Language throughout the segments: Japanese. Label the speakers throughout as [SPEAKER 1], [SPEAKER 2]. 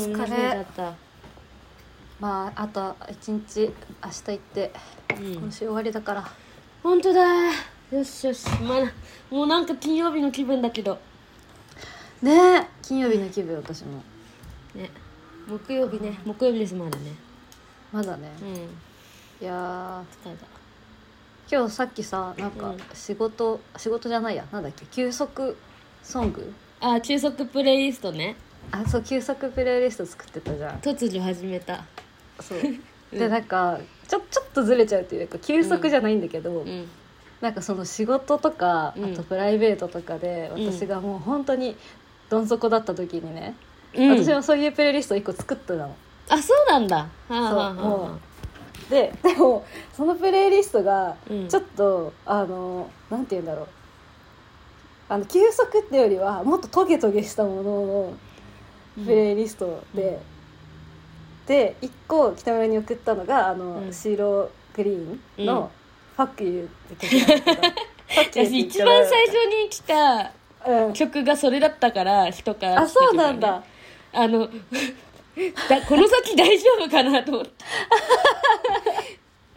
[SPEAKER 1] した
[SPEAKER 2] まああと一日明日行って、
[SPEAKER 1] うん
[SPEAKER 2] 今週終わりだから
[SPEAKER 1] 本当だよしよし、まあ、もうなんか金曜日の気分だけど
[SPEAKER 2] ねえ金曜日の気分私も
[SPEAKER 1] ね木曜日ね木曜日ですまだね
[SPEAKER 2] まだね、
[SPEAKER 1] うん
[SPEAKER 2] いや
[SPEAKER 1] 疲れた
[SPEAKER 2] ー今日さっきさなんか
[SPEAKER 1] うん
[SPEAKER 2] 仕事、仕事じゃないやなんだっけ休息ソング
[SPEAKER 1] あー中速プレイリストね
[SPEAKER 2] あそう休息プレイリスト作ってたじゃん
[SPEAKER 1] 突如始めた
[SPEAKER 2] そう
[SPEAKER 1] う
[SPEAKER 2] で
[SPEAKER 1] ん
[SPEAKER 2] なんかちょちょっとずれちゃうというか休息じゃないんだけど、
[SPEAKER 1] うん
[SPEAKER 2] なんかその仕事とか、
[SPEAKER 1] うん
[SPEAKER 2] あとプライベートとかで
[SPEAKER 1] うん
[SPEAKER 2] 私がもう本当にどん底だった時にね、
[SPEAKER 1] うん
[SPEAKER 2] 私もそういうプレイリスト1個作ったの。
[SPEAKER 1] あそうなんだはあはあ
[SPEAKER 2] そう
[SPEAKER 1] はあ
[SPEAKER 2] もででもそのプレイリストが
[SPEAKER 1] うん
[SPEAKER 2] ちょっと、あのなんて言うんだろうあの休息ってよりはもっとトゲトゲしたものの
[SPEAKER 1] うん
[SPEAKER 2] プレイリストで、
[SPEAKER 1] うん
[SPEAKER 2] で1個北村に送ったのがあの、
[SPEAKER 1] うん
[SPEAKER 2] シーログリーン
[SPEAKER 1] うん
[SPEAKER 2] の「ファックユー」って曲なんだけどファックユーっ て
[SPEAKER 1] 私
[SPEAKER 2] 言っ
[SPEAKER 1] 一
[SPEAKER 2] たら
[SPEAKER 1] 番最初に来た
[SPEAKER 2] うん
[SPEAKER 1] 曲がそれだったから人から 来
[SPEAKER 2] あ
[SPEAKER 1] た
[SPEAKER 2] そう
[SPEAKER 1] 曲が
[SPEAKER 2] なんだ
[SPEAKER 1] ねあの だこの先大丈夫かなと 思って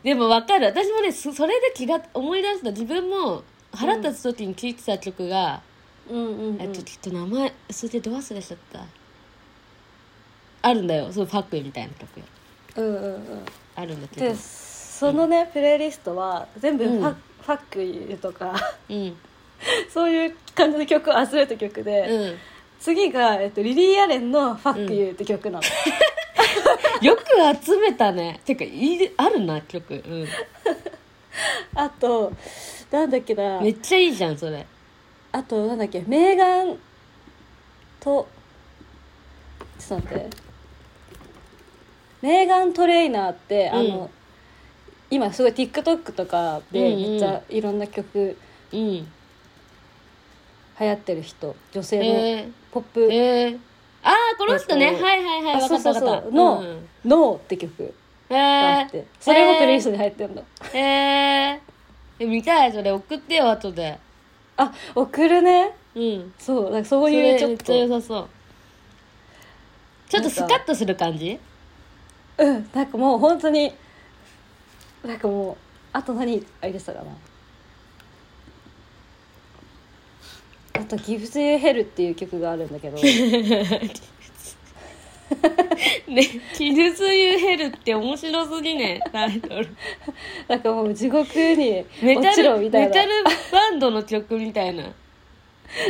[SPEAKER 1] でも分かる私もねそそれで気が思い出した自分も腹立つ時に聴いてた曲が、
[SPEAKER 2] うんうんうん
[SPEAKER 1] えっとちょっと名前それでど忘れしちゃったあるんだよそのファックみたいな曲
[SPEAKER 2] うんうんうん
[SPEAKER 1] あるんだけ
[SPEAKER 2] で
[SPEAKER 1] ど
[SPEAKER 2] そのねプレイリストは全部ファ,、
[SPEAKER 1] うん
[SPEAKER 2] ファックユーとか
[SPEAKER 1] うん
[SPEAKER 2] そういう感じの曲を集めた曲で、
[SPEAKER 1] うん
[SPEAKER 2] 次が、えっと、リリー・アレンの「ファックユー」って曲なの、
[SPEAKER 1] よく集めたねてかいいあるな曲、うん、
[SPEAKER 2] あとなんだっけな
[SPEAKER 1] めっちゃいいじゃんそれ
[SPEAKER 2] あとなんだっけメーガンとちょっと待ってメーガン・トレイナーってあの、
[SPEAKER 1] うん
[SPEAKER 2] 今すごい TikTok とかで
[SPEAKER 1] うんうん
[SPEAKER 2] めっちゃいろんな曲
[SPEAKER 1] うん
[SPEAKER 2] 流行ってる人女性の
[SPEAKER 1] え
[SPEAKER 2] ポッ
[SPEAKER 1] ー、
[SPEAKER 2] プ
[SPEAKER 1] えー、ああこの人ね
[SPEAKER 2] えっと
[SPEAKER 1] はいはいはい
[SPEAKER 2] あ
[SPEAKER 1] 分かった
[SPEAKER 2] そうそ
[SPEAKER 1] 分
[SPEAKER 2] うそう
[SPEAKER 1] かった
[SPEAKER 2] の
[SPEAKER 1] うん
[SPEAKER 2] 「NO」って曲
[SPEAKER 1] え
[SPEAKER 2] があ
[SPEAKER 1] ー
[SPEAKER 2] って、、それもプレイリストに入ってんの、
[SPEAKER 1] えーえ見たいそれ送ってよ後で
[SPEAKER 2] あ送るね
[SPEAKER 1] うん
[SPEAKER 2] そうなんかそう
[SPEAKER 1] そ
[SPEAKER 2] いう
[SPEAKER 1] れ
[SPEAKER 2] ちょ
[SPEAKER 1] め
[SPEAKER 2] っ
[SPEAKER 1] っちゃ良
[SPEAKER 2] と
[SPEAKER 1] さそうちょっとスカッとする感じ
[SPEAKER 2] うんなんかもう本当になんかもうあと何あれでしたかなあと「ギフス・ユー・ヘル」っていう曲があるんだ けど
[SPEAKER 1] ね「キルズ・ユー・ヘル」って面白すぎねタイトル
[SPEAKER 2] なんかもう地獄に
[SPEAKER 1] メ
[SPEAKER 2] 落
[SPEAKER 1] タ
[SPEAKER 2] ちろみ
[SPEAKER 1] ル
[SPEAKER 2] たい
[SPEAKER 1] メ
[SPEAKER 2] な
[SPEAKER 1] タルバンドの曲みたいな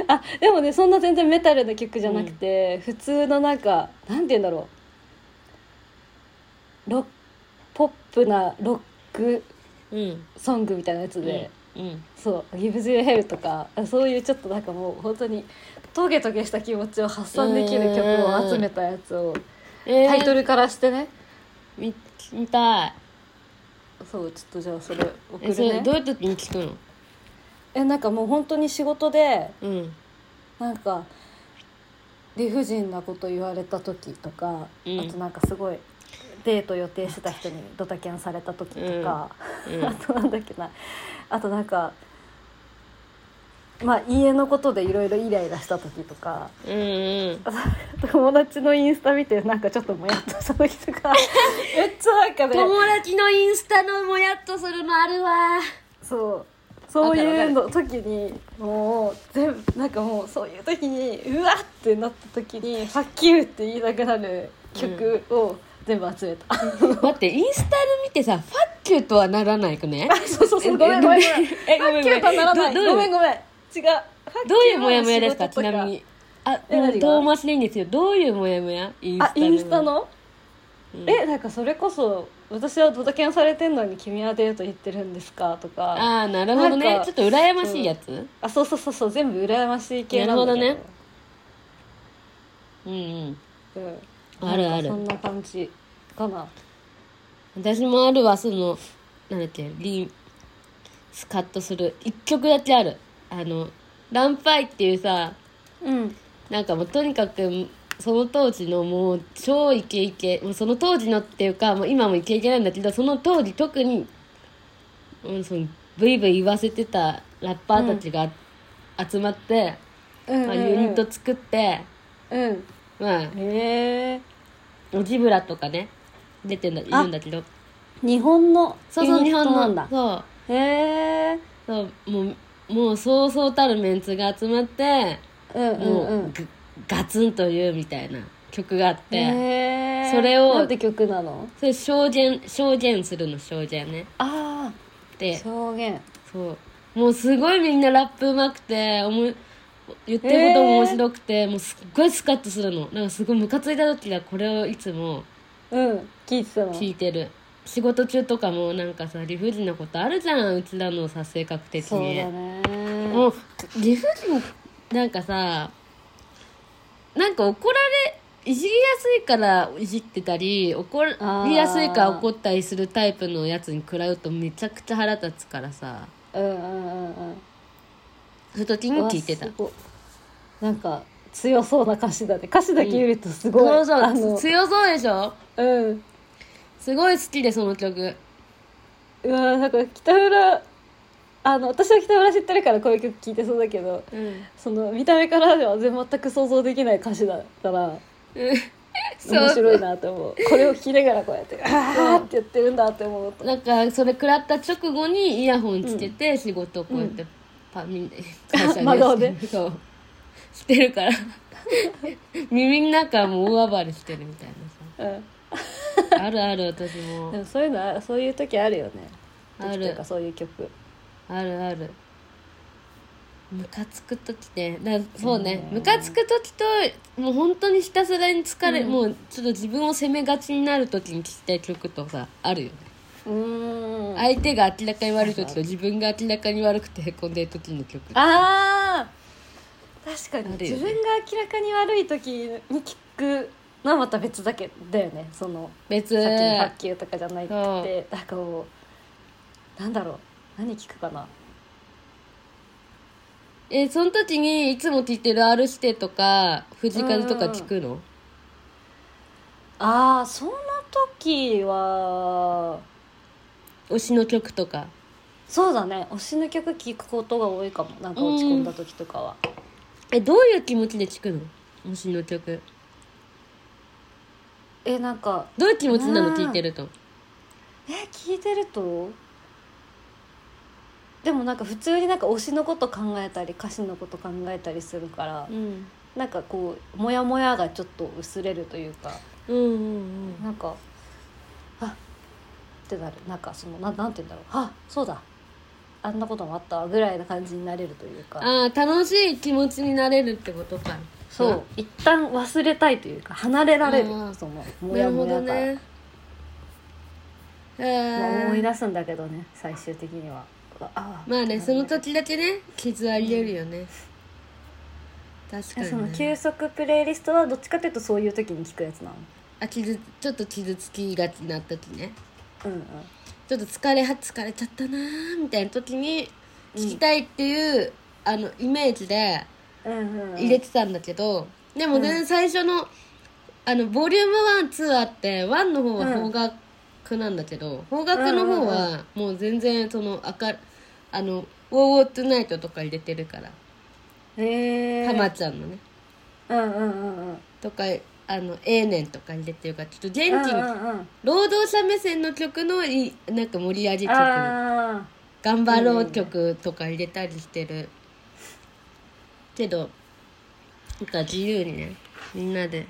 [SPEAKER 2] あでもねそんな全然メタルな曲じゃなくて、普通のなんかなんて言うんだろうロッポップなロック
[SPEAKER 1] うん
[SPEAKER 2] ソングみたいなやつで、
[SPEAKER 1] うん
[SPEAKER 2] そう「ギブズ・ユー・ヘル」とかそういうちょっとなんかもう本当にトゲトゲした気持ちを発散できる曲を集めたやつを
[SPEAKER 1] えー、
[SPEAKER 2] タイトルからしてね
[SPEAKER 1] 見見たい
[SPEAKER 2] そうちょっとじゃあそれ送
[SPEAKER 1] え
[SPEAKER 2] る
[SPEAKER 1] それ
[SPEAKER 2] ね
[SPEAKER 1] どういう時に聞くの
[SPEAKER 2] えなんかもう本当に仕事で
[SPEAKER 1] うん
[SPEAKER 2] なんか理不尽なこと言われた時とか、
[SPEAKER 1] うん
[SPEAKER 2] あとなんかすごいデート予定してた人にドタキャンされた時とか、
[SPEAKER 1] うん
[SPEAKER 2] あとなんだっけなあとなんかまあ家のことでいろいろイライラした時とか
[SPEAKER 1] うんうん
[SPEAKER 2] 友達のインスタ見てなんかちょっともやっとした時とか めっちゃなんかね
[SPEAKER 1] 友達のインスタのもやっとするのあるわ
[SPEAKER 2] そうそういうの時にもう全部なんかもうそういう時にうわってなった時に「ファッキュー」って言いたくなる曲を全部集めた、
[SPEAKER 1] 待ってインスタで見てさファッキューとはならないくね
[SPEAKER 2] そうそうそうごめんごめんごめんフ
[SPEAKER 1] えごめ
[SPEAKER 2] ァ
[SPEAKER 1] ん
[SPEAKER 2] ッキューとはならない
[SPEAKER 1] どどういう
[SPEAKER 2] ごめんごめん違う
[SPEAKER 1] どういうモヤモヤですかちなみにあ
[SPEAKER 2] え
[SPEAKER 1] もう
[SPEAKER 2] 何が
[SPEAKER 1] 遠回しでいいんですよどういうモヤモヤイン
[SPEAKER 2] あ
[SPEAKER 1] スタ
[SPEAKER 2] インスタの、
[SPEAKER 1] うん
[SPEAKER 2] えなんかそれこそ私はドタキャンされてんのに君はデート行ってるんですかとかあ
[SPEAKER 1] ああなるほどね
[SPEAKER 2] なんか
[SPEAKER 1] ちょっと羨ましいやつ
[SPEAKER 2] そうそうそうそう全部羨ましい系なんだけ
[SPEAKER 1] なるほうんうん
[SPEAKER 2] うん、
[SPEAKER 1] あるある
[SPEAKER 2] なんかそんな感じかな
[SPEAKER 1] 私もあるわそのなんだっけリンスカッとする一曲だけあるあのランパイっていうさ
[SPEAKER 2] うん
[SPEAKER 1] なんかもうとにかくその当時のもう超イケイケもうその当時のっていうかもう今もイケイケなんだけどその当時特に、うん、そのブイブイ言わせてたラッパーたちが集まって、
[SPEAKER 2] うんうんうん
[SPEAKER 1] まあ、ユニット作って、
[SPEAKER 2] うん
[SPEAKER 1] まあ、
[SPEAKER 2] へえ
[SPEAKER 1] ジブラとかね出てんだいるんだけど
[SPEAKER 2] 日本の
[SPEAKER 1] そうそう日本の
[SPEAKER 2] なんだ
[SPEAKER 1] そう
[SPEAKER 2] へえ
[SPEAKER 1] そうもうもうそうそうたるメンツが集まって、
[SPEAKER 2] うんうんう
[SPEAKER 1] もうんぐガツンというみたいな曲があって、
[SPEAKER 2] へえ
[SPEAKER 1] それを
[SPEAKER 2] なんて曲なの
[SPEAKER 1] それ証言証言するの証言ね
[SPEAKER 2] ああ
[SPEAKER 1] で
[SPEAKER 2] 証言
[SPEAKER 1] そうもうすごいみんなラップうまくておも言ってることも面白くて、もうすっごいスカッとするのなんかすごいムカついた時はこれをいつも
[SPEAKER 2] うん聞いてたの
[SPEAKER 1] 聞いてる仕事中とかもなんかさ理不尽なことあるじゃんうちらのさ性格的に
[SPEAKER 2] そうだね
[SPEAKER 1] もう理不尽なんかさなんか怒られいじりやすいからいじってたり怒りやすいから怒ったりするタイプのやつに食らうとめちゃくちゃ腹立つからさ
[SPEAKER 2] うんうんうんうん
[SPEAKER 1] そういう時に聞いてた
[SPEAKER 2] うわすごいなんか強そうな歌詞だね歌詞だけ見るとすごい、
[SPEAKER 1] そうそ
[SPEAKER 2] あ
[SPEAKER 1] う
[SPEAKER 2] の
[SPEAKER 1] 強そうでしょ
[SPEAKER 2] うん
[SPEAKER 1] すごい好きでその曲
[SPEAKER 2] うわなんか北村あの私は北村知ってるからこういう曲聴いてそうだけど
[SPEAKER 1] うん
[SPEAKER 2] その見た目からでは全全く想像できない歌詞だから面白いなと思うこれを聴きながらこうやって「あーってやってるんだって思うと
[SPEAKER 1] なんかそれ食らった直後にイヤホンつけて仕事をこうやってパミ、会 社
[SPEAKER 2] 真顔で
[SPEAKER 1] そうしてるから耳の中もう大暴れしてるみたい
[SPEAKER 2] うん
[SPEAKER 1] なさあるある私
[SPEAKER 2] で
[SPEAKER 1] も
[SPEAKER 2] もそういうのあそういう時あるよね
[SPEAKER 1] あ
[SPEAKER 2] 時と
[SPEAKER 1] る
[SPEAKER 2] かそういう曲
[SPEAKER 1] あるあるムカつく時ねだそうね
[SPEAKER 2] うん
[SPEAKER 1] ムカつく時ともう本当にひたすらに疲れ、
[SPEAKER 2] うん
[SPEAKER 1] もうちょっと自分を責めがちになる時に聴きたい曲とさあるよね
[SPEAKER 2] うーんあ
[SPEAKER 1] 相手が明らかに悪い時と自分が明らかに悪くてへこんでる時の曲
[SPEAKER 2] あー確かに、
[SPEAKER 1] あるよね
[SPEAKER 2] 自分が明らかに悪い時に聞くのはまた別だけだよねその
[SPEAKER 1] 別
[SPEAKER 2] さっきの発球とかじゃない
[SPEAKER 1] そ
[SPEAKER 2] ってなんかもうなんだろう何聞くかな
[SPEAKER 1] えその時にいつも聴いてる R 指定とか藤風とか聞くの
[SPEAKER 2] ああそんな時は
[SPEAKER 1] 推しの曲とか
[SPEAKER 2] そうだね推しの曲聞くことが多いかもなんか落ち込んだ時とかは、
[SPEAKER 1] えどういう気持ちで聴くの推しの曲
[SPEAKER 2] えなんか
[SPEAKER 1] どういう気持ちな
[SPEAKER 2] うん
[SPEAKER 1] の聴いてると
[SPEAKER 2] え聞いてるとでもなんか普通になんか推しのこと考えたり歌詞のこと考えたりするから、
[SPEAKER 1] ん
[SPEAKER 2] なんかこうモヤモヤがちょっと薄れるというか
[SPEAKER 1] うんうん
[SPEAKER 2] なんかあってなるなんかそのなんなんて言うんだろうあそうだあんなこともあったわぐらいな感じになれるというか
[SPEAKER 1] ああ楽しい気持ちになれるってことか
[SPEAKER 2] そう、
[SPEAKER 1] うん
[SPEAKER 2] 一旦忘れたいというか離れられる
[SPEAKER 1] うん
[SPEAKER 2] そのモ
[SPEAKER 1] な
[SPEAKER 2] ヤ
[SPEAKER 1] るほ
[SPEAKER 2] モ
[SPEAKER 1] ど
[SPEAKER 2] ヤから、
[SPEAKER 1] ねえ
[SPEAKER 2] まあ思い
[SPEAKER 1] ー
[SPEAKER 2] 出すんだけどね最終的にはああ
[SPEAKER 1] まあねその時だけね傷ありえるよね確か
[SPEAKER 2] えその
[SPEAKER 1] に
[SPEAKER 2] 休
[SPEAKER 1] ね
[SPEAKER 2] 息プレイリストはどっちかというとそういう時に聞くやつなの
[SPEAKER 1] あ傷ちょっと傷つきがちな時ね
[SPEAKER 2] うんうん
[SPEAKER 1] ちょっと疲れは疲れちゃったなーみたいな時に聞きたいっていう、あのイメージで
[SPEAKER 2] うんうんうん
[SPEAKER 1] 入れてたんだけど、でも全然最初の,、あのボリューム12あって1の方は
[SPEAKER 2] う
[SPEAKER 1] 邦
[SPEAKER 2] ん
[SPEAKER 1] 楽なんだけど、邦楽の方はもう全然その明るあの「ウォーウォートゥナイト」とか入れてるから
[SPEAKER 2] へえ
[SPEAKER 1] たまちゃんのね
[SPEAKER 2] うんうんうんうん
[SPEAKER 1] とかあの「ええねん」とか入れてるからちょっと元気に、
[SPEAKER 2] うんうんうん
[SPEAKER 1] 労働者目線の曲のいいなんか盛り上げ曲に
[SPEAKER 2] あ
[SPEAKER 1] 頑張ろう曲とか入れたりしてる、けどなんか自由にねみんなで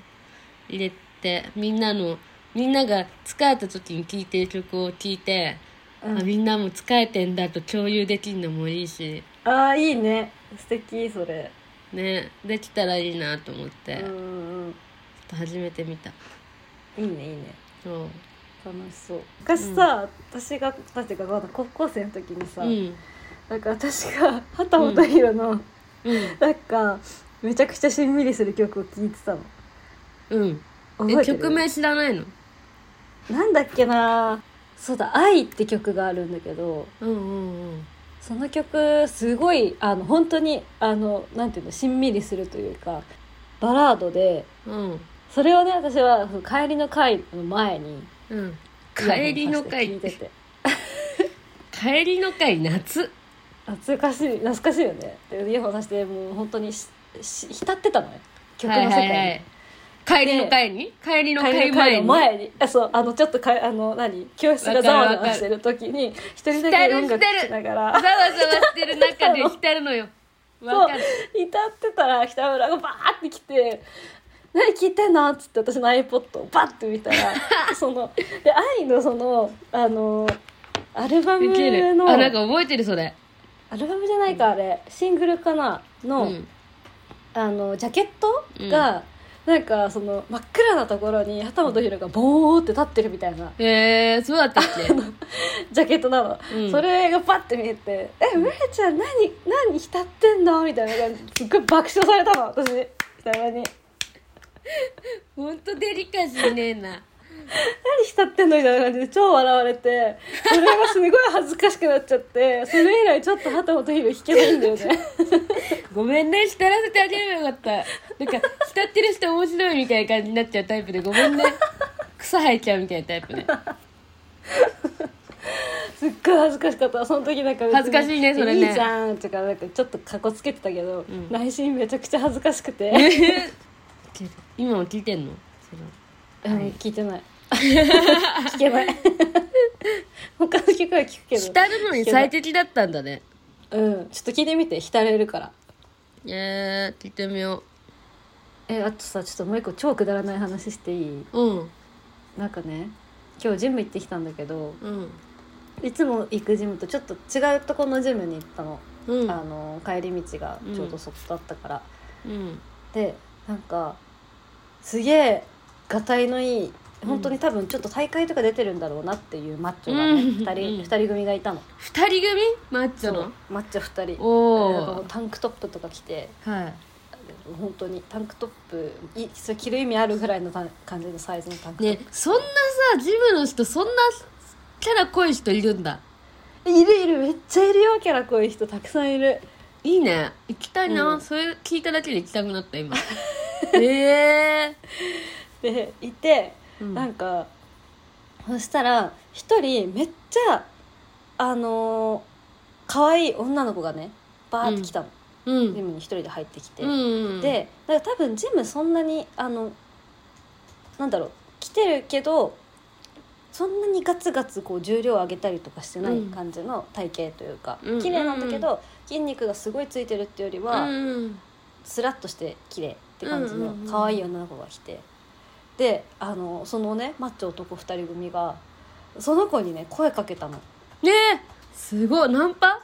[SPEAKER 1] 入れてみんなのみんなが疲れた時に聴いてる曲を聴いて、
[SPEAKER 2] ーうん
[SPEAKER 1] あみんなも疲れてんだと共有できるのもいいし
[SPEAKER 2] あーいいね素敵それ
[SPEAKER 1] ねできたらいいなと思って、
[SPEAKER 2] うん
[SPEAKER 1] ちょっ
[SPEAKER 2] うん
[SPEAKER 1] と始めてみた
[SPEAKER 2] うんいいねいいね
[SPEAKER 1] そう
[SPEAKER 2] 楽しそう昔さ、私が私がまだ高校生の時にさ、
[SPEAKER 1] うん
[SPEAKER 2] なんか私が畑本博の、
[SPEAKER 1] うん
[SPEAKER 2] なんかめちゃくちゃしんみりする曲を聴いてたの
[SPEAKER 1] うん
[SPEAKER 2] 覚
[SPEAKER 1] え
[SPEAKER 2] えてる
[SPEAKER 1] 曲名知らないの
[SPEAKER 2] なんだっけなそうだ「愛」って曲があるんだけど
[SPEAKER 1] うんうんうん
[SPEAKER 2] その曲すごいあの本当にあのなんていうのしんみりするというかバラードで
[SPEAKER 1] うん
[SPEAKER 2] それをね私は「帰りの会」の前に
[SPEAKER 1] うん帰りの
[SPEAKER 2] イヤホ
[SPEAKER 1] 会
[SPEAKER 2] ンさせて聴いてて
[SPEAKER 1] 帰りの会夏
[SPEAKER 2] 懐かしい懐かしいよねでイヤホンさしてもう本当にしし浸ってたのよ曲の世界
[SPEAKER 1] は
[SPEAKER 2] に、
[SPEAKER 1] いはいはい帰りの帰りに帰りの帰り前に
[SPEAKER 2] 前にあそうあのちょっとかあの何教室がざわざわしてる時に一人だけ音楽しなが
[SPEAKER 1] ざわ
[SPEAKER 2] ら
[SPEAKER 1] ざわしてる中で浸るのよ
[SPEAKER 2] そ
[SPEAKER 1] わ
[SPEAKER 2] う
[SPEAKER 1] かる
[SPEAKER 2] 歌ってたら北村がバーって来て「何聞いてんの?」っつって私の iPod をバッて 見たらそので愛のそのあのアルバム
[SPEAKER 1] ウケる
[SPEAKER 2] の
[SPEAKER 1] あなんか覚えてるそれ
[SPEAKER 2] アルバムじゃないかあれシングルかな
[SPEAKER 1] う
[SPEAKER 2] の、
[SPEAKER 1] ん
[SPEAKER 2] あのジャケットが、なんかその真っ暗なところに畑本博がボーって立ってるみたいな
[SPEAKER 1] へえそうだったっ け
[SPEAKER 2] ジャケットなの、
[SPEAKER 1] うん
[SPEAKER 2] それがパッて見えて「えむれちゃん何何浸ってんの?」みたいな感じですっごい爆笑されたの私北村に
[SPEAKER 1] ほんとデリカシーねえな
[SPEAKER 2] 何浸ってんのみたいな感じで超笑われてそれがすごい恥ずかしくなっちゃってそれ以来ちょっと畑本博弾けないんだ よね
[SPEAKER 1] ごめんね浸らせてあげればよかったなんか浸ってる人面白いみたいな感じになっちゃうタイプでごめん ね草生えちゃうみたいなタイプね
[SPEAKER 2] すっごい恥ずかしかったその時なんか別に
[SPEAKER 1] 恥ずかしいねそれね
[SPEAKER 2] いいじゃんとかなんかちょっとかっこつけてたけど、
[SPEAKER 1] ん
[SPEAKER 2] 内心めちゃくちゃ恥ずかしくて、
[SPEAKER 1] 今も聞いてんのその
[SPEAKER 2] うん聞いてない 聞けない 他の曲は聞くけど
[SPEAKER 1] 浸るのに最適だったんだね
[SPEAKER 2] うんちょっと聞いてみて浸れるから
[SPEAKER 1] えー、聞いてみよ
[SPEAKER 2] えあとさちょっともう一個超くだらない話していいう
[SPEAKER 1] うん
[SPEAKER 2] なんかね今日ジム行ってきたんだけど
[SPEAKER 1] うん
[SPEAKER 2] いつも行くジムとちょっと違うとこのジムに行ったの,、
[SPEAKER 1] うん
[SPEAKER 2] あの帰り道がちょうどそこだったから、
[SPEAKER 1] うん
[SPEAKER 2] でなんかすげえがたいのいい本当に多分ちょっと大会とか出てるんだろうなっていうマッチョがね、
[SPEAKER 1] うん
[SPEAKER 2] 2,
[SPEAKER 1] うん
[SPEAKER 2] 人二人組がいたの
[SPEAKER 1] 二人組マッチョ
[SPEAKER 2] そう
[SPEAKER 1] の
[SPEAKER 2] マッチョ2人
[SPEAKER 1] お
[SPEAKER 2] なんかもう
[SPEAKER 1] お
[SPEAKER 2] タンクトップとか着て
[SPEAKER 1] はい
[SPEAKER 2] 本当にタンクトップいそれ着る意味あるぐらいのた感じのサイズのタンクトッ
[SPEAKER 1] ね
[SPEAKER 2] プ、
[SPEAKER 1] そんなさジムの人そんなキャラ濃い人いるんだ
[SPEAKER 2] いるいるめっちゃいるよキャラ濃い人たくさんいる
[SPEAKER 1] いいね行きたいな、
[SPEAKER 2] うん
[SPEAKER 1] それ聞いただけで行きたくなった 今ええ
[SPEAKER 2] でいて、
[SPEAKER 1] ー、うん
[SPEAKER 2] なんかそしたら一人めっちゃあのー可愛い女の子がねバーって来たの、
[SPEAKER 1] う
[SPEAKER 2] ジ
[SPEAKER 1] ん
[SPEAKER 2] ムに一人で入ってきて、
[SPEAKER 1] うん
[SPEAKER 2] でだから多分ジムそんなにあのなんだろう来てるけどそんなにガツガツこう重量上げたりとかしてない
[SPEAKER 1] うん
[SPEAKER 2] 感じの体型というか、
[SPEAKER 1] うん
[SPEAKER 2] 綺麗なんだけど、筋肉がすごいついてるっていうよりは、
[SPEAKER 1] うん
[SPEAKER 2] スラッとして綺麗って感じ
[SPEAKER 1] うんう
[SPEAKER 2] の
[SPEAKER 1] んうん
[SPEAKER 2] 可愛い女の子が来てであのそのねマッチョ男2人組がその子にね声かけたの
[SPEAKER 1] ねえすごいナンパ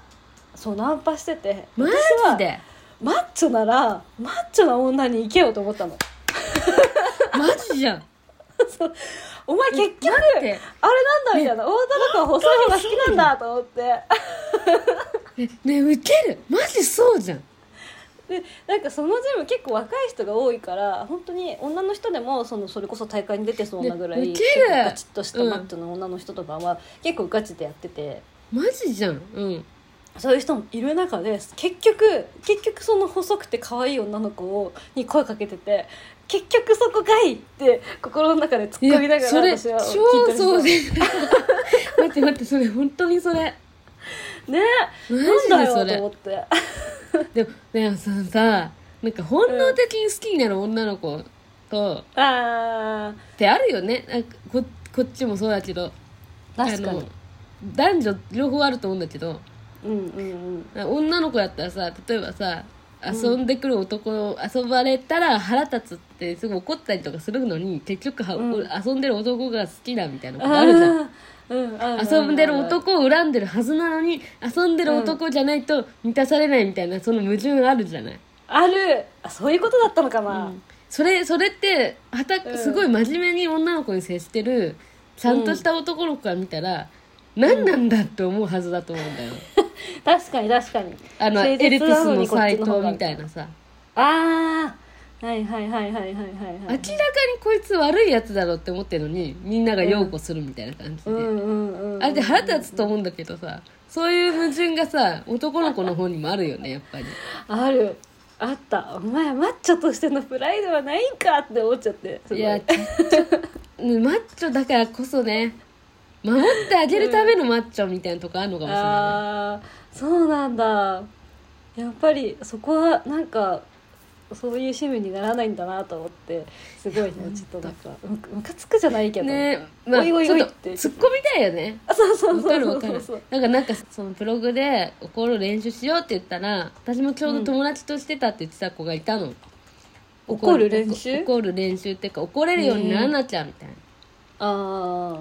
[SPEAKER 2] そうナンパしてて
[SPEAKER 1] マジ
[SPEAKER 2] 私は
[SPEAKER 1] で
[SPEAKER 2] マッチョならマッチョな女に行けよと思ったの
[SPEAKER 1] マジ じゃんっ
[SPEAKER 2] そうお前結局あれ
[SPEAKER 1] て
[SPEAKER 2] なんだみたいな女の子は細い方が好きなんだと思って
[SPEAKER 1] えねえウケるマジそうじゃん
[SPEAKER 2] で なんかそのジム結構若い人が多いから本当に女の人でもそのそれこそ大会に出てそうなぐらい、
[SPEAKER 1] ねウケ
[SPEAKER 2] 結
[SPEAKER 1] る
[SPEAKER 2] 構ガチッとしたマッチョの女の人とかは結構ガチでやってて、
[SPEAKER 1] マジじゃんうん
[SPEAKER 2] そういう人もいる中で結局結局その細くて可愛い女の子をに声かけてて結局そこかいって心の中で突っ
[SPEAKER 1] い
[SPEAKER 2] 込みながら
[SPEAKER 1] やそれ
[SPEAKER 2] 私
[SPEAKER 1] 超
[SPEAKER 2] は聞いてる
[SPEAKER 1] そうで 待って待ってそれ本当にそれ
[SPEAKER 2] ね
[SPEAKER 1] マ
[SPEAKER 2] なんだよ
[SPEAKER 1] ジ
[SPEAKER 2] と
[SPEAKER 1] で
[SPEAKER 2] 思
[SPEAKER 1] そ
[SPEAKER 2] って
[SPEAKER 1] れでもでもそのさなんか本能的に好きになる女の子と、
[SPEAKER 2] あ
[SPEAKER 1] ってあるよねなんかここっちもそうだけど
[SPEAKER 2] ー確か
[SPEAKER 1] あ
[SPEAKER 2] に
[SPEAKER 1] の男女両方あると思うんだけど
[SPEAKER 2] うんうん
[SPEAKER 1] 女の子だったらさ例えばさ
[SPEAKER 2] ん
[SPEAKER 1] 遊んでくる男の、遊ばれたら腹立つってすぐ怒ったりとかするのに結局は、
[SPEAKER 2] うん
[SPEAKER 1] 俺遊んでる男が好きだみたいな
[SPEAKER 2] うん
[SPEAKER 1] ことある じゃん
[SPEAKER 2] あーうん
[SPEAKER 1] 遊
[SPEAKER 2] あ
[SPEAKER 1] んでる男を恨んでるはずなのに遊んでる男じゃないと満たされないみたいなその矛盾あるじゃない、
[SPEAKER 2] あるあそういうことだったのかな、
[SPEAKER 1] それそれってはた
[SPEAKER 2] うん
[SPEAKER 1] すごい真面目に女の子に接してるちゃんとした男の子が見たら、何なんだって思うはずだと思うんだよ、
[SPEAKER 2] 確かに確かに
[SPEAKER 1] あのエ
[SPEAKER 2] 誠
[SPEAKER 1] ル
[SPEAKER 2] 実
[SPEAKER 1] ピ
[SPEAKER 2] な
[SPEAKER 1] スの
[SPEAKER 2] にこっ
[SPEAKER 1] サ
[SPEAKER 2] ち
[SPEAKER 1] イト
[SPEAKER 2] 方が
[SPEAKER 1] みたいなさ
[SPEAKER 2] ああはいはいはいはいはいはい
[SPEAKER 1] 明
[SPEAKER 2] は
[SPEAKER 1] ら
[SPEAKER 2] い
[SPEAKER 1] かにこいつ悪いやつだろうって思ってるのにみんなが擁護するみたいな感じで、
[SPEAKER 2] うんうんうん
[SPEAKER 1] あれって腹立つと思うんだけどさそういう矛盾がさ男の子の方にもあるよねやっぱり。
[SPEAKER 2] あるあったお前マッチョとしてのプライドはないんかって思っちゃってすご
[SPEAKER 1] いやちょちょうんマッチョだからこそね守ってあげるためのマッチョみたいなとこあるのかもしれない、
[SPEAKER 2] あーそうなんだやっぱりそこはなんかそういう趣味にならないんだなと思ってすごいねちょっとなんかむむかつくじゃないけど、
[SPEAKER 1] ね
[SPEAKER 2] まあ
[SPEAKER 1] おいおい
[SPEAKER 2] ち
[SPEAKER 1] お
[SPEAKER 2] ょっ
[SPEAKER 1] い
[SPEAKER 2] と
[SPEAKER 1] って突っ込みたいよね
[SPEAKER 2] あそうそう
[SPEAKER 1] わ
[SPEAKER 2] そ
[SPEAKER 1] か
[SPEAKER 2] う
[SPEAKER 1] る
[SPEAKER 2] そ
[SPEAKER 1] わ
[SPEAKER 2] う
[SPEAKER 1] か
[SPEAKER 2] そう
[SPEAKER 1] る
[SPEAKER 2] そう
[SPEAKER 1] なんかなんかそのプログで怒る練習しようって言ったら私もちょうど友達としてたって言ってた子がいたの、
[SPEAKER 2] 怒る練習
[SPEAKER 1] 怒怒る練習っていうか怒れるようにならなきゃみたいな、
[SPEAKER 2] あ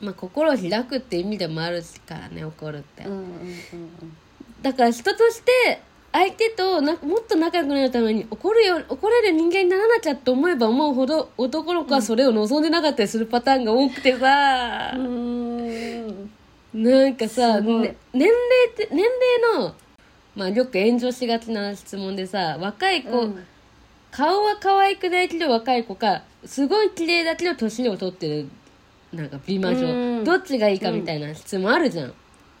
[SPEAKER 1] まあ心を開くって意味でもあるからね怒るって、
[SPEAKER 2] あうんうんうん
[SPEAKER 1] だから人として相手となもっと仲良くなるために怒るよ怒れる人間にならなきゃって思えば思うほど男の子はそれを望んでなかったりするパターンが多くてさ、
[SPEAKER 2] うんうーん
[SPEAKER 1] なんかさ、
[SPEAKER 2] すごい
[SPEAKER 1] ね年齢って年齢の、まあ、よく炎上しがちな質問でさ若い子、
[SPEAKER 2] うん
[SPEAKER 1] 顔は可愛くないけど若い子かすごい綺麗だけど年を取ってるなんか美魔
[SPEAKER 2] う
[SPEAKER 1] 女
[SPEAKER 2] ん
[SPEAKER 1] どっちがいいかみたいな質問あるじゃん、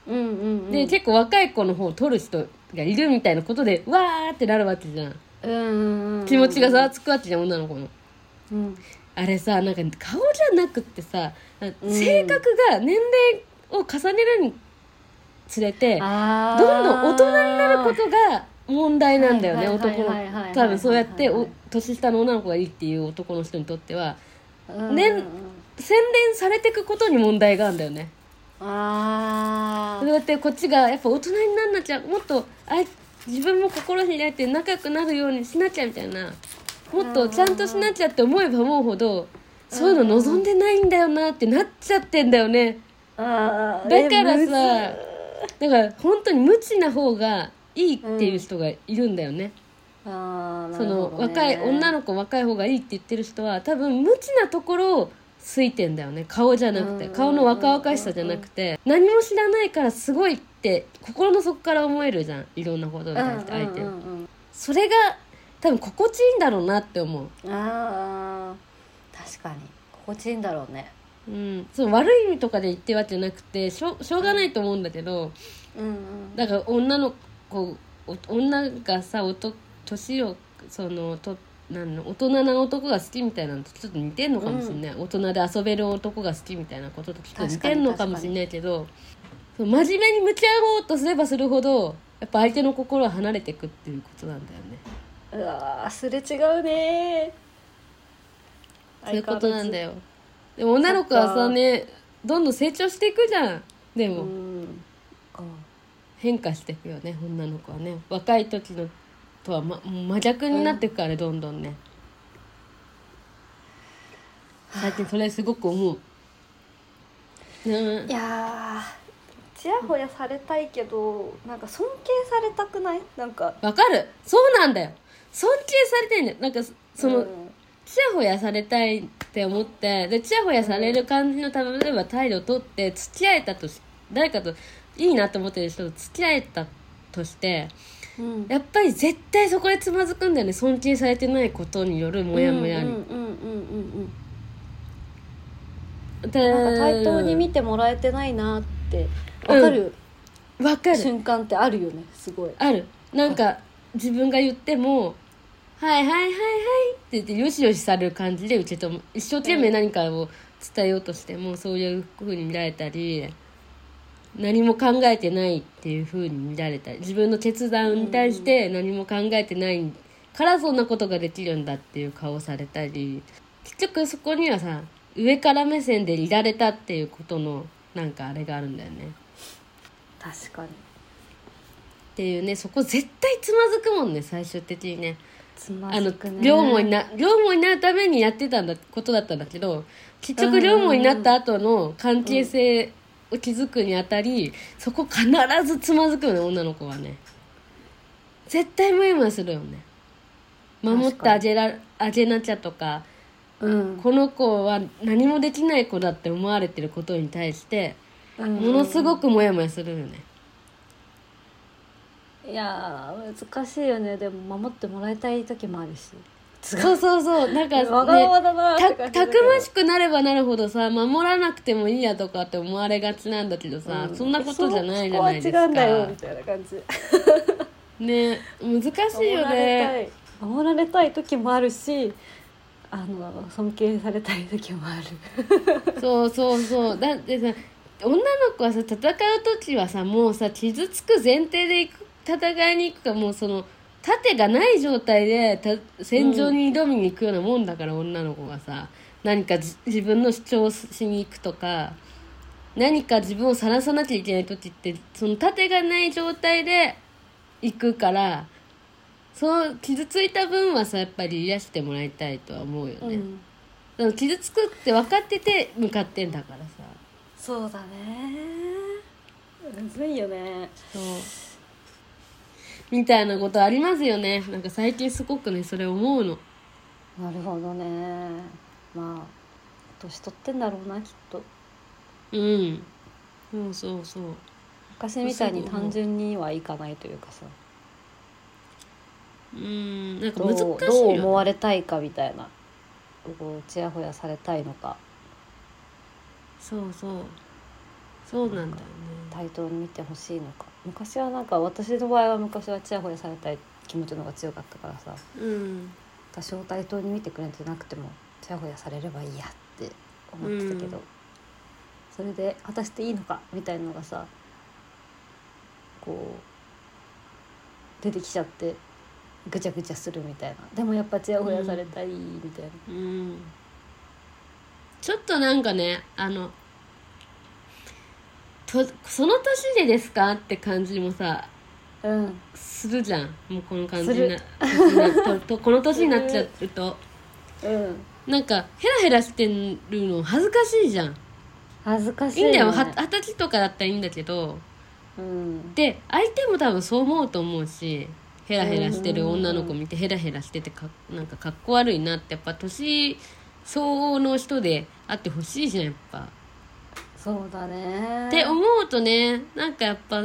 [SPEAKER 2] うんうん
[SPEAKER 1] で結構若い子の方を取る人がいるみたいなことでわーってなるわけじゃん
[SPEAKER 2] うん
[SPEAKER 1] 気持ちがざわつくわけじゃん女の子の
[SPEAKER 2] うん
[SPEAKER 1] あれさなんか顔じゃなくってさ
[SPEAKER 2] うん
[SPEAKER 1] 性格が年齢を重ねるにつれて、
[SPEAKER 2] あー
[SPEAKER 1] どんどん大人になることが問題なんだよね
[SPEAKER 2] はいはい
[SPEAKER 1] 男
[SPEAKER 2] はい
[SPEAKER 1] の
[SPEAKER 2] はいはいはい
[SPEAKER 1] 多分そうやって
[SPEAKER 2] はい
[SPEAKER 1] お
[SPEAKER 2] はい
[SPEAKER 1] 年下の女の子がいいっていう男の人にとっては
[SPEAKER 2] うんうん
[SPEAKER 1] ね洗練されていくことに問題があるんだよね
[SPEAKER 2] あ
[SPEAKER 1] そうやってこっちがやっぱ大人になんなきゃもっとあい自分も心開いて仲良くなるようにしなきゃみたいなもっとちゃんとしなきゃって思えば思うほどそういうの望んでないんだよなってなっちゃってんだよね
[SPEAKER 2] あ
[SPEAKER 1] だからさだから本当に無知な方がいいっていう人がいるんだよね、
[SPEAKER 2] あー
[SPEAKER 1] その若い女
[SPEAKER 2] の
[SPEAKER 1] の子若い方がいいって言ってる人は多分無知なところをついてんだよね顔じゃなくて
[SPEAKER 2] うん
[SPEAKER 1] 顔の若々しさじゃなくて何も知らないからすごいって心の底から思えるじゃんいろんなことに対して相手を
[SPEAKER 2] うんうんうん
[SPEAKER 1] それが多分心地いいんだろうなって思う
[SPEAKER 2] うんあー確かに心地いいんだろうね
[SPEAKER 1] うん、そう悪い意味とかで言ってるわけじゃなくてしょうしょうがないと思うんだけど
[SPEAKER 2] うんうん
[SPEAKER 1] だから女の子お女がさおと年をそのとなんの大人な男が好きみたいなのとちょっと似てんのかもしれない、大人で遊べる男が好きみたいなこととちょっと似てんのかもしれないけどそう真面目に向き合おうとすればするほどやっぱ相手の心は離れていくっていうことなんだよね。
[SPEAKER 2] うわーすれ違うねー
[SPEAKER 1] そういうことなんだよ。でも女の子は
[SPEAKER 2] そっ
[SPEAKER 1] さ
[SPEAKER 2] か
[SPEAKER 1] ねどんどん成長していくじゃん。で
[SPEAKER 2] 相
[SPEAKER 1] も、
[SPEAKER 2] 変わらずうん
[SPEAKER 1] 変化していくよね女の子はね若い時のとは、ま、真逆になっていくからね、どんどんね最近それすごく思うね
[SPEAKER 2] いやーちやほやされたいけどなんか尊敬されたくないなんか
[SPEAKER 1] わかるそうなんだよ尊敬されてんだよなんかその、
[SPEAKER 2] うん
[SPEAKER 1] ちやほやされたいって思ってでちやほやされる感じの例えば態度をとって付き合えたとし誰かといいなと思ってる人と付き合えたとして
[SPEAKER 2] うん
[SPEAKER 1] やっぱり絶対そこでつまずくんだよね尊敬されてないことによるモヤモヤに、
[SPEAKER 2] うんうんうんうん
[SPEAKER 1] で
[SPEAKER 2] うんなんか対等に見てもらえてないなってわかる
[SPEAKER 1] わかる
[SPEAKER 2] 瞬間ってあるよねすごい
[SPEAKER 1] あるなんか自分が言っても「はいはいはいはい」って言ってよしよしされる感じで受け止め一生懸命何かを伝えようとしてもそういうふうに見られたり何も考えてないっていうふうに見られたり自分の決断に対して何も考えてないからそんなことができるんだっていう顔をされたり結局そこにはさ上から目線でいられたっていうことのなんかあれがあるんだよね。
[SPEAKER 2] 確かに
[SPEAKER 1] っていうねそこ絶対つまずくもんね最終的にね
[SPEAKER 2] つま
[SPEAKER 1] あの
[SPEAKER 2] ずくね
[SPEAKER 1] 両思いにな両思いになるためにやってたんだことだったんだけど結
[SPEAKER 2] うんうん
[SPEAKER 1] 局
[SPEAKER 2] うん
[SPEAKER 1] 両思いになった後の関係性を築くにあたり、そこ必ずつまずくよね女の子はね絶対ムヤムヤするよね守っ
[SPEAKER 2] 確
[SPEAKER 1] て
[SPEAKER 2] かに
[SPEAKER 1] あげらあげなきゃとか
[SPEAKER 2] うん
[SPEAKER 1] この子は何もできない子だって思われてることに対してものすごくモヤモヤするよね
[SPEAKER 2] いやー難しいよねでも守ってもらいたい時もあるし
[SPEAKER 1] そうそうそうなんか、ね、
[SPEAKER 2] わがままだなーって
[SPEAKER 1] た
[SPEAKER 2] 感じ
[SPEAKER 1] た
[SPEAKER 2] だけど
[SPEAKER 1] くましくなればなるほどさ守らなくてもいいやとかって思われがちなんだけどさ、
[SPEAKER 2] う
[SPEAKER 1] そんなことじゃないじゃないです
[SPEAKER 2] そこ
[SPEAKER 1] か
[SPEAKER 2] は違うんだよみたいな感じ
[SPEAKER 1] ね難しい
[SPEAKER 2] 守
[SPEAKER 1] よ
[SPEAKER 2] られた
[SPEAKER 1] ね
[SPEAKER 2] い守られたい時もあるしあの尊敬されたい時もある
[SPEAKER 1] そうそうそうだってさ女の子はさ戦う時はさもうさ傷つく前提で行く戦いに行くかもうその盾がない状態でた戦場に挑みに行くようなもんだから、女の子がさ何かじ自分の主張をしに行くとか何か自分を晒さなきゃいけない時ってその盾がない状態で行くからそう傷ついた分はさやっぱり癒してもらいたいとは思うよね、
[SPEAKER 2] うん
[SPEAKER 1] でも傷つくって分かってて向かってんだからさ
[SPEAKER 2] そうだねむずいよね
[SPEAKER 1] そうみたいなことありますよねなんか最近すごくねそれ思うの
[SPEAKER 2] なるほどねまあ年取ってんだろうなきっと
[SPEAKER 1] うんそうそうそう
[SPEAKER 2] 昔みたいに単純にはいかないというかさ
[SPEAKER 1] うんなんか
[SPEAKER 2] どう
[SPEAKER 1] 難しいよ、ね、
[SPEAKER 2] どう思われたいかみたいなこうちやほやされたいのか
[SPEAKER 1] そうそうそうなんだよね
[SPEAKER 2] 対等に見てほしいのか昔はなんか私の場合は昔はちやほやされたい気持ちの方が強かったからさ
[SPEAKER 1] うん
[SPEAKER 2] 多少対等に見てくれてなくてもちやほやされればいいやって思ってたけど、
[SPEAKER 1] うん
[SPEAKER 2] それで果たしていいのかみたいなのがさこう出てきちゃってぐちゃぐちゃするみたいなでもやっぱちやほやされたいみたいな、
[SPEAKER 1] うんちょっとなんかねあのとその年でですかって感じもさ
[SPEAKER 2] うん
[SPEAKER 1] するじゃんもうこの感
[SPEAKER 2] す
[SPEAKER 1] じにな
[SPEAKER 2] る
[SPEAKER 1] と とこの年になっちゃうと
[SPEAKER 2] うん
[SPEAKER 1] なんかヘラヘラしてるの恥ずかしいじゃん
[SPEAKER 2] 恥ずかし
[SPEAKER 1] い
[SPEAKER 2] い、
[SPEAKER 1] い
[SPEAKER 2] ね、
[SPEAKER 1] んだよは二十歳とかだったらいいんだけど
[SPEAKER 2] うん
[SPEAKER 1] で相手も多分そう思うと思うしヘラヘラしてる女の子見てヘラヘラしててかなんかかっこ悪いなってやっぱ年相応の人であってほしいじゃんやっぱ。
[SPEAKER 2] そうだね
[SPEAKER 1] って思うとねなんかやっぱ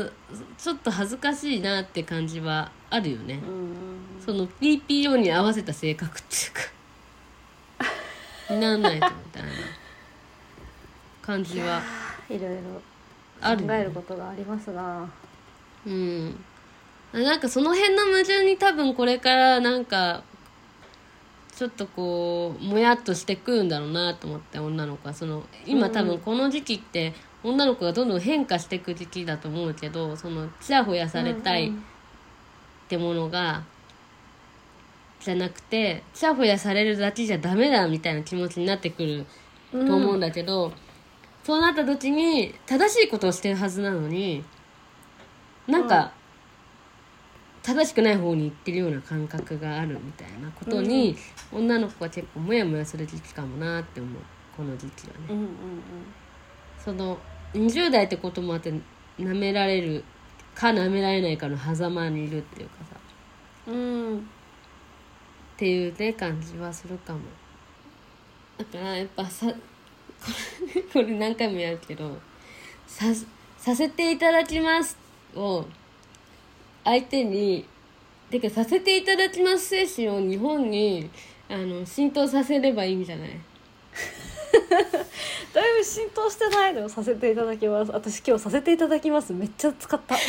[SPEAKER 1] ちょっと恥ずかしいなって感じはあるよね
[SPEAKER 2] う、ん
[SPEAKER 1] その PPO に合わせた性格っていうかになんないとみたいな感じはい
[SPEAKER 2] ろい
[SPEAKER 1] あ
[SPEAKER 2] ろ
[SPEAKER 1] るよ
[SPEAKER 2] 考
[SPEAKER 1] ね
[SPEAKER 2] えることがありますが
[SPEAKER 1] うん、なんかその辺の矛盾に多分これからなんかちょっとこうもやっとしてくるんだろうなと思って女の子はその今多分この時期って女の子がどんどん変化していく時期だと思うけどそのちやほやされたいってものが、じゃなくてちやほやされるだけじゃダメだみたいな気持ちになってくる
[SPEAKER 2] と
[SPEAKER 1] と思うんだけど、そうなった時に正しいことをしてるはずなのになんか、
[SPEAKER 2] うん
[SPEAKER 1] 正しくない方に行ってるような感覚があるみたいなことに、女の子は結構モヤモヤする時期かもなって思うこの時期はね。
[SPEAKER 2] うんうんうん
[SPEAKER 1] その20代ってこともあって舐められるか舐められないかの狭間にいるっていうかさっ
[SPEAKER 2] うんうん
[SPEAKER 1] ていうね感じはするかもだからやっぱさこれこれ何回もやるけどさ「させていただきます」を相手にてか「させていただきます」精神を日本にあの浸透させればいいんじゃない
[SPEAKER 2] だいぶ浸透してないのよさせていただきます私今日させていただきますめっちゃ使った
[SPEAKER 1] い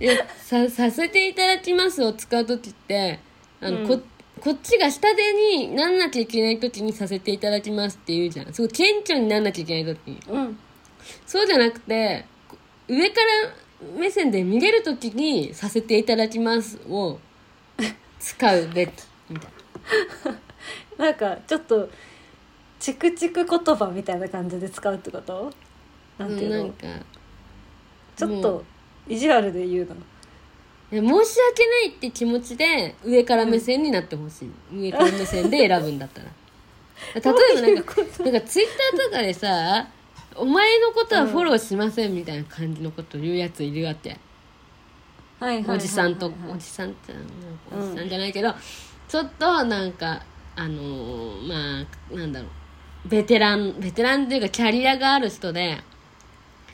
[SPEAKER 1] やささせていただきますを使う時ってあの、
[SPEAKER 2] うん
[SPEAKER 1] ここっちが下手になんなきゃいけない時にさせていただきますって言うじゃんすごい顕著になんなきゃいけない時に
[SPEAKER 2] うん
[SPEAKER 1] そうじゃなくてこ上から目線で見れる時にさせていただきますを使うべきみたい
[SPEAKER 2] なんかちょっとチクチク言葉みたいな感じで使うってことな
[SPEAKER 1] なん
[SPEAKER 2] ていうの、
[SPEAKER 1] んか
[SPEAKER 2] ちょっ
[SPEAKER 1] も
[SPEAKER 2] と意地悪で言うの
[SPEAKER 1] いや申し訳ないって気持ちで上から目線になってほしい、上から目線で選ぶんだったら例えばなんか
[SPEAKER 2] どういうこと
[SPEAKER 1] なんかツイッターとかでさ「お前のことはフォローしません」みたいな感じのこと言うやついるわけ、
[SPEAKER 2] はいはいはいはい
[SPEAKER 1] おじさんと、
[SPEAKER 2] はい
[SPEAKER 1] おじさんってなんか
[SPEAKER 2] うん
[SPEAKER 1] おじさんじゃないけど、ちょっとなんかあのーまあなんだろうベテランベテランっていうかキャリアがある人で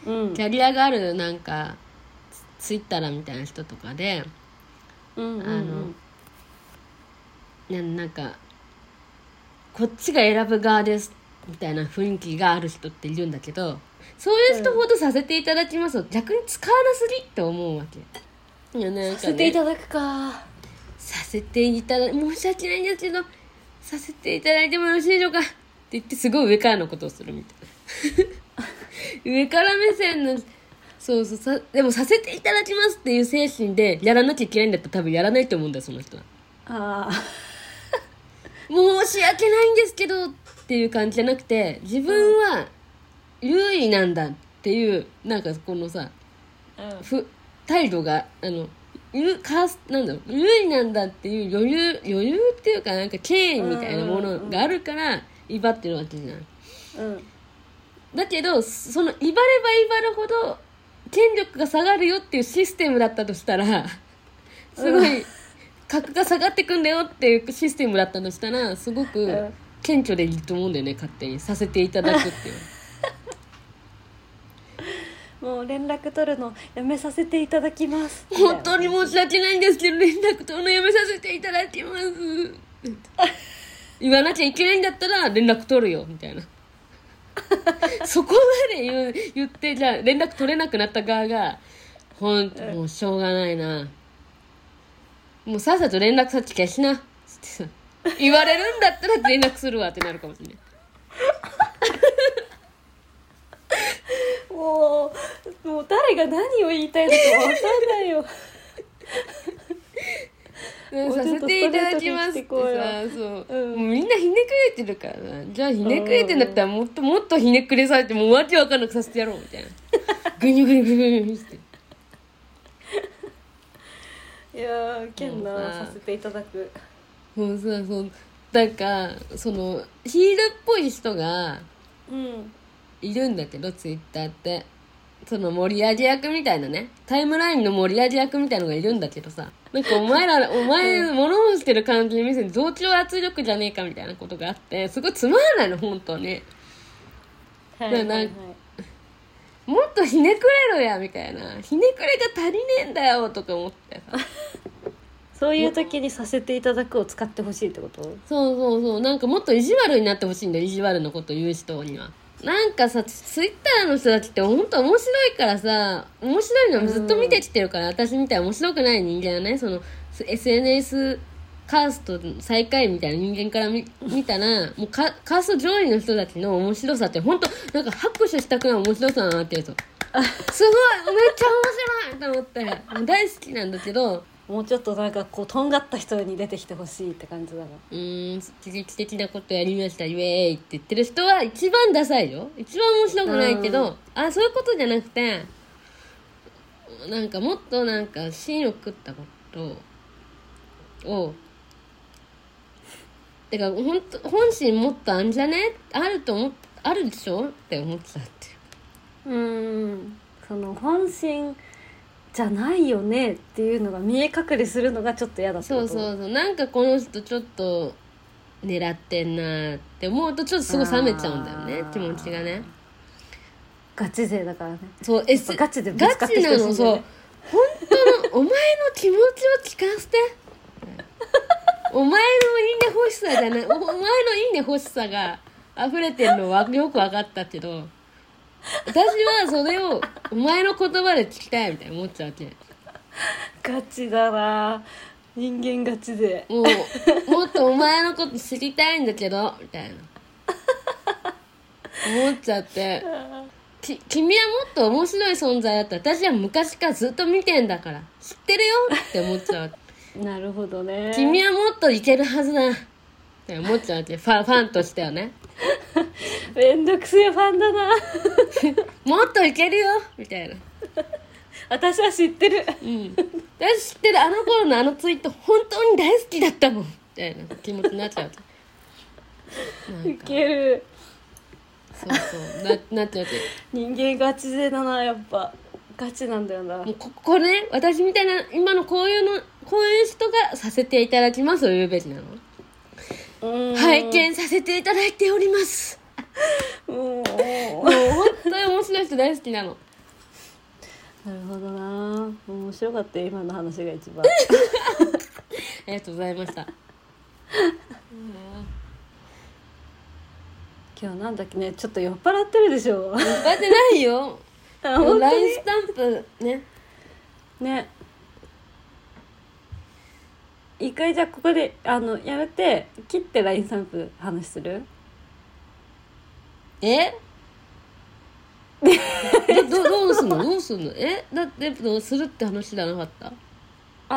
[SPEAKER 2] うん
[SPEAKER 1] キャリアがあるなんかツツイッターみたいな人とかで
[SPEAKER 2] うんうん
[SPEAKER 1] あのななんかこっちが選ぶ側ですみたいな雰囲気がある人っているんだけどそういう人ほどさせていただきますを逆に使わなすぎって思うわけ。いやなんかね
[SPEAKER 2] させていただくか
[SPEAKER 1] させていただ申し訳ないんですけどさせていただいてもよろしいでしょうかって 言ってすごい上からのことをするみたいな上から目線のそうそうさでもさせていただきますっていう精神でやらなきゃいけないんだったら多分やらないと思うんだよその人は
[SPEAKER 2] あ
[SPEAKER 1] 申し訳ないんですけどっていう感じじゃなくて自分は優位なんだっていうなんかこのさ
[SPEAKER 2] あ、うん、
[SPEAKER 1] ふ態度があのゆかすなんだろう優位なんだっていう余裕余裕っていうかなんか敬意みたいなものがあるから威張ってるわけじゃん
[SPEAKER 2] うん、
[SPEAKER 1] だけどその威張れば威張るほど権力が下がるよっていうシステムだったとしたらすごい格が下がってくんだよっていうシステムだったとしたらすご
[SPEAKER 2] う
[SPEAKER 1] く
[SPEAKER 2] ん
[SPEAKER 1] 顕著でいいと思うんだよね勝手にさせていただくっていう
[SPEAKER 2] もう連絡取るのやめさせていただきます
[SPEAKER 1] 本当に申し訳ないんですけど連絡取るのやめさせていただきます言わなきゃいけないんだったら連絡取るよみたいなそこまで言う言ってじゃあ連絡取れなくなった側がほんともうしょうがないなもうさっさと連絡先消しなつってさ言われるんだったら連絡するわってなるかもしれない
[SPEAKER 2] もうもう誰が何を言いたいのかわかん ないよ
[SPEAKER 1] うん
[SPEAKER 2] もう
[SPEAKER 1] さ
[SPEAKER 2] ちょ
[SPEAKER 1] せ
[SPEAKER 2] っと
[SPEAKER 1] ていただきますっ
[SPEAKER 2] ス
[SPEAKER 1] て
[SPEAKER 2] トレー
[SPEAKER 1] さそう、
[SPEAKER 2] う
[SPEAKER 1] も
[SPEAKER 2] ん
[SPEAKER 1] うみんなひねくれてるからなじゃあひねくれてんだったらもっともっとひねくれされてもう訳わかんなくさせてやろうみたいなぐにゅぐにゅぐにゅぐにゅして
[SPEAKER 2] いやーウケんな
[SPEAKER 1] もうさ
[SPEAKER 2] させていただく
[SPEAKER 1] もうさそうなんかそのヒールっぽい人が
[SPEAKER 2] うん
[SPEAKER 1] いるんだけどツイッターってその盛り上げ役みたいなねタイムラインの盛り上げ役みたいのがいるんだけどさなんかお前らお前物をしてる感じに見せて同調圧力じゃねえかみたいなことがあってすごいつまらないの本当に。
[SPEAKER 2] はい
[SPEAKER 1] で
[SPEAKER 2] はい
[SPEAKER 1] な
[SPEAKER 2] は
[SPEAKER 1] ん
[SPEAKER 2] い
[SPEAKER 1] もっとひねくれろやみたいなひねくれが足りねえんだよとか思ってさ
[SPEAKER 2] そういう時にさせていただくを使ってほしいってこと
[SPEAKER 1] そうそうそうなんかもっと意地悪になってほしいんだよ意地悪のこと言う人にはなんかさツイッターの人たちって本当面白いからさ面白いのずっと見てきてるから、私みたいに面白くない人間はねその SNS カースト最下位みたいな人間から見見たらもうカカースト上位の人たちの面白さって本当なんか拍手したくない面白さだなっていうとすごいめっちゃ面白いと思ってもう大好きなんだけど
[SPEAKER 2] もうちょっとなんかこうとんがった人に出てきてほしいって感じだな
[SPEAKER 1] うーん刺激的なことやりましたイエーイって言ってる人は一番ダサいよ一番面白くないけど、あそういうことじゃなくてなんかもっとなんか芯を食ったことをてかほんと本心もっとあんじゃねあると思っあるでしょって思ってたっていう
[SPEAKER 2] うんその本心じゃないよねっていうのが見え隠れするのがちょっと嫌だってこ
[SPEAKER 1] そ
[SPEAKER 2] と
[SPEAKER 1] うそうそうなんかこの人ちょっと狙ってんなーって思うとちょっとすごい冷めちゃうんだよね
[SPEAKER 2] あー
[SPEAKER 1] 気持ちがね
[SPEAKER 2] ガチ勢だからね
[SPEAKER 1] そう
[SPEAKER 2] やっ
[SPEAKER 1] S
[SPEAKER 2] ぱガチでぶ
[SPEAKER 1] ガ
[SPEAKER 2] つかって
[SPEAKER 1] チ
[SPEAKER 2] きて
[SPEAKER 1] な
[SPEAKER 2] ほしい
[SPEAKER 1] の
[SPEAKER 2] んだ
[SPEAKER 1] そ
[SPEAKER 2] よ
[SPEAKER 1] う
[SPEAKER 2] ね
[SPEAKER 1] 本当のお前の気持ちを聞か せてお前のいいね欲しさじゃないおお前のいいね欲しさが溢れてるのはよく分かったけど私はそれをお前の言葉で聞きたいみたいな思っちゃうわけ
[SPEAKER 2] ガチだな人間ガチ勢
[SPEAKER 1] もうもっとお前のこと知りたいんだけどみたいな思っちゃってき君はもっと面白い存在だった私は昔からずっと見てんだから知ってるよって思っちゃう
[SPEAKER 2] なるほどね
[SPEAKER 1] 君はもっといけるはずだって思っちゃうわけファンファンとしてはね
[SPEAKER 2] めんどくせえファンだな
[SPEAKER 1] もっといけるよみたいな
[SPEAKER 2] 私は知ってる
[SPEAKER 1] うん私知ってるあの頃のあのツイート本当に大好きだったもんみたいな気持ちになっちゃうわけなん
[SPEAKER 2] い
[SPEAKER 1] か
[SPEAKER 2] ける
[SPEAKER 1] そうそうなな っちゃうわけ
[SPEAKER 2] 人間ガチ勢だなやっぱガチなんだよな
[SPEAKER 1] もうここれね私みたいな今のこういうのこういう人がさせていただきますを言うべきなの拝
[SPEAKER 2] 拝
[SPEAKER 1] 見させていただいております
[SPEAKER 2] うん
[SPEAKER 1] もう本当に面白い人大好きなの
[SPEAKER 2] なるほどな面白かったよ今の話が一番
[SPEAKER 1] ありがとうございました
[SPEAKER 2] 今日なんだっけねちょっと酔っ払ってるでしょ
[SPEAKER 1] 酔っ払ってないよ
[SPEAKER 2] あ本当
[SPEAKER 1] LINE
[SPEAKER 2] に
[SPEAKER 1] スタンプね
[SPEAKER 2] ね一回じゃあここであのやめて切って LINE スタンプ話する
[SPEAKER 1] えどどうすんのどうすんのえだってどうするって話じゃなかった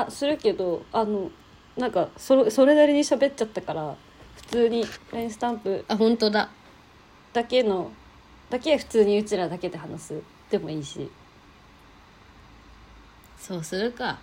[SPEAKER 2] あするけどあのなんかそれそれなりに喋っちゃったから普通に LINE スタンプ
[SPEAKER 1] あ本当だ
[SPEAKER 2] だけのだけ普通にうちらだけで話すでもいいし。
[SPEAKER 1] そうするか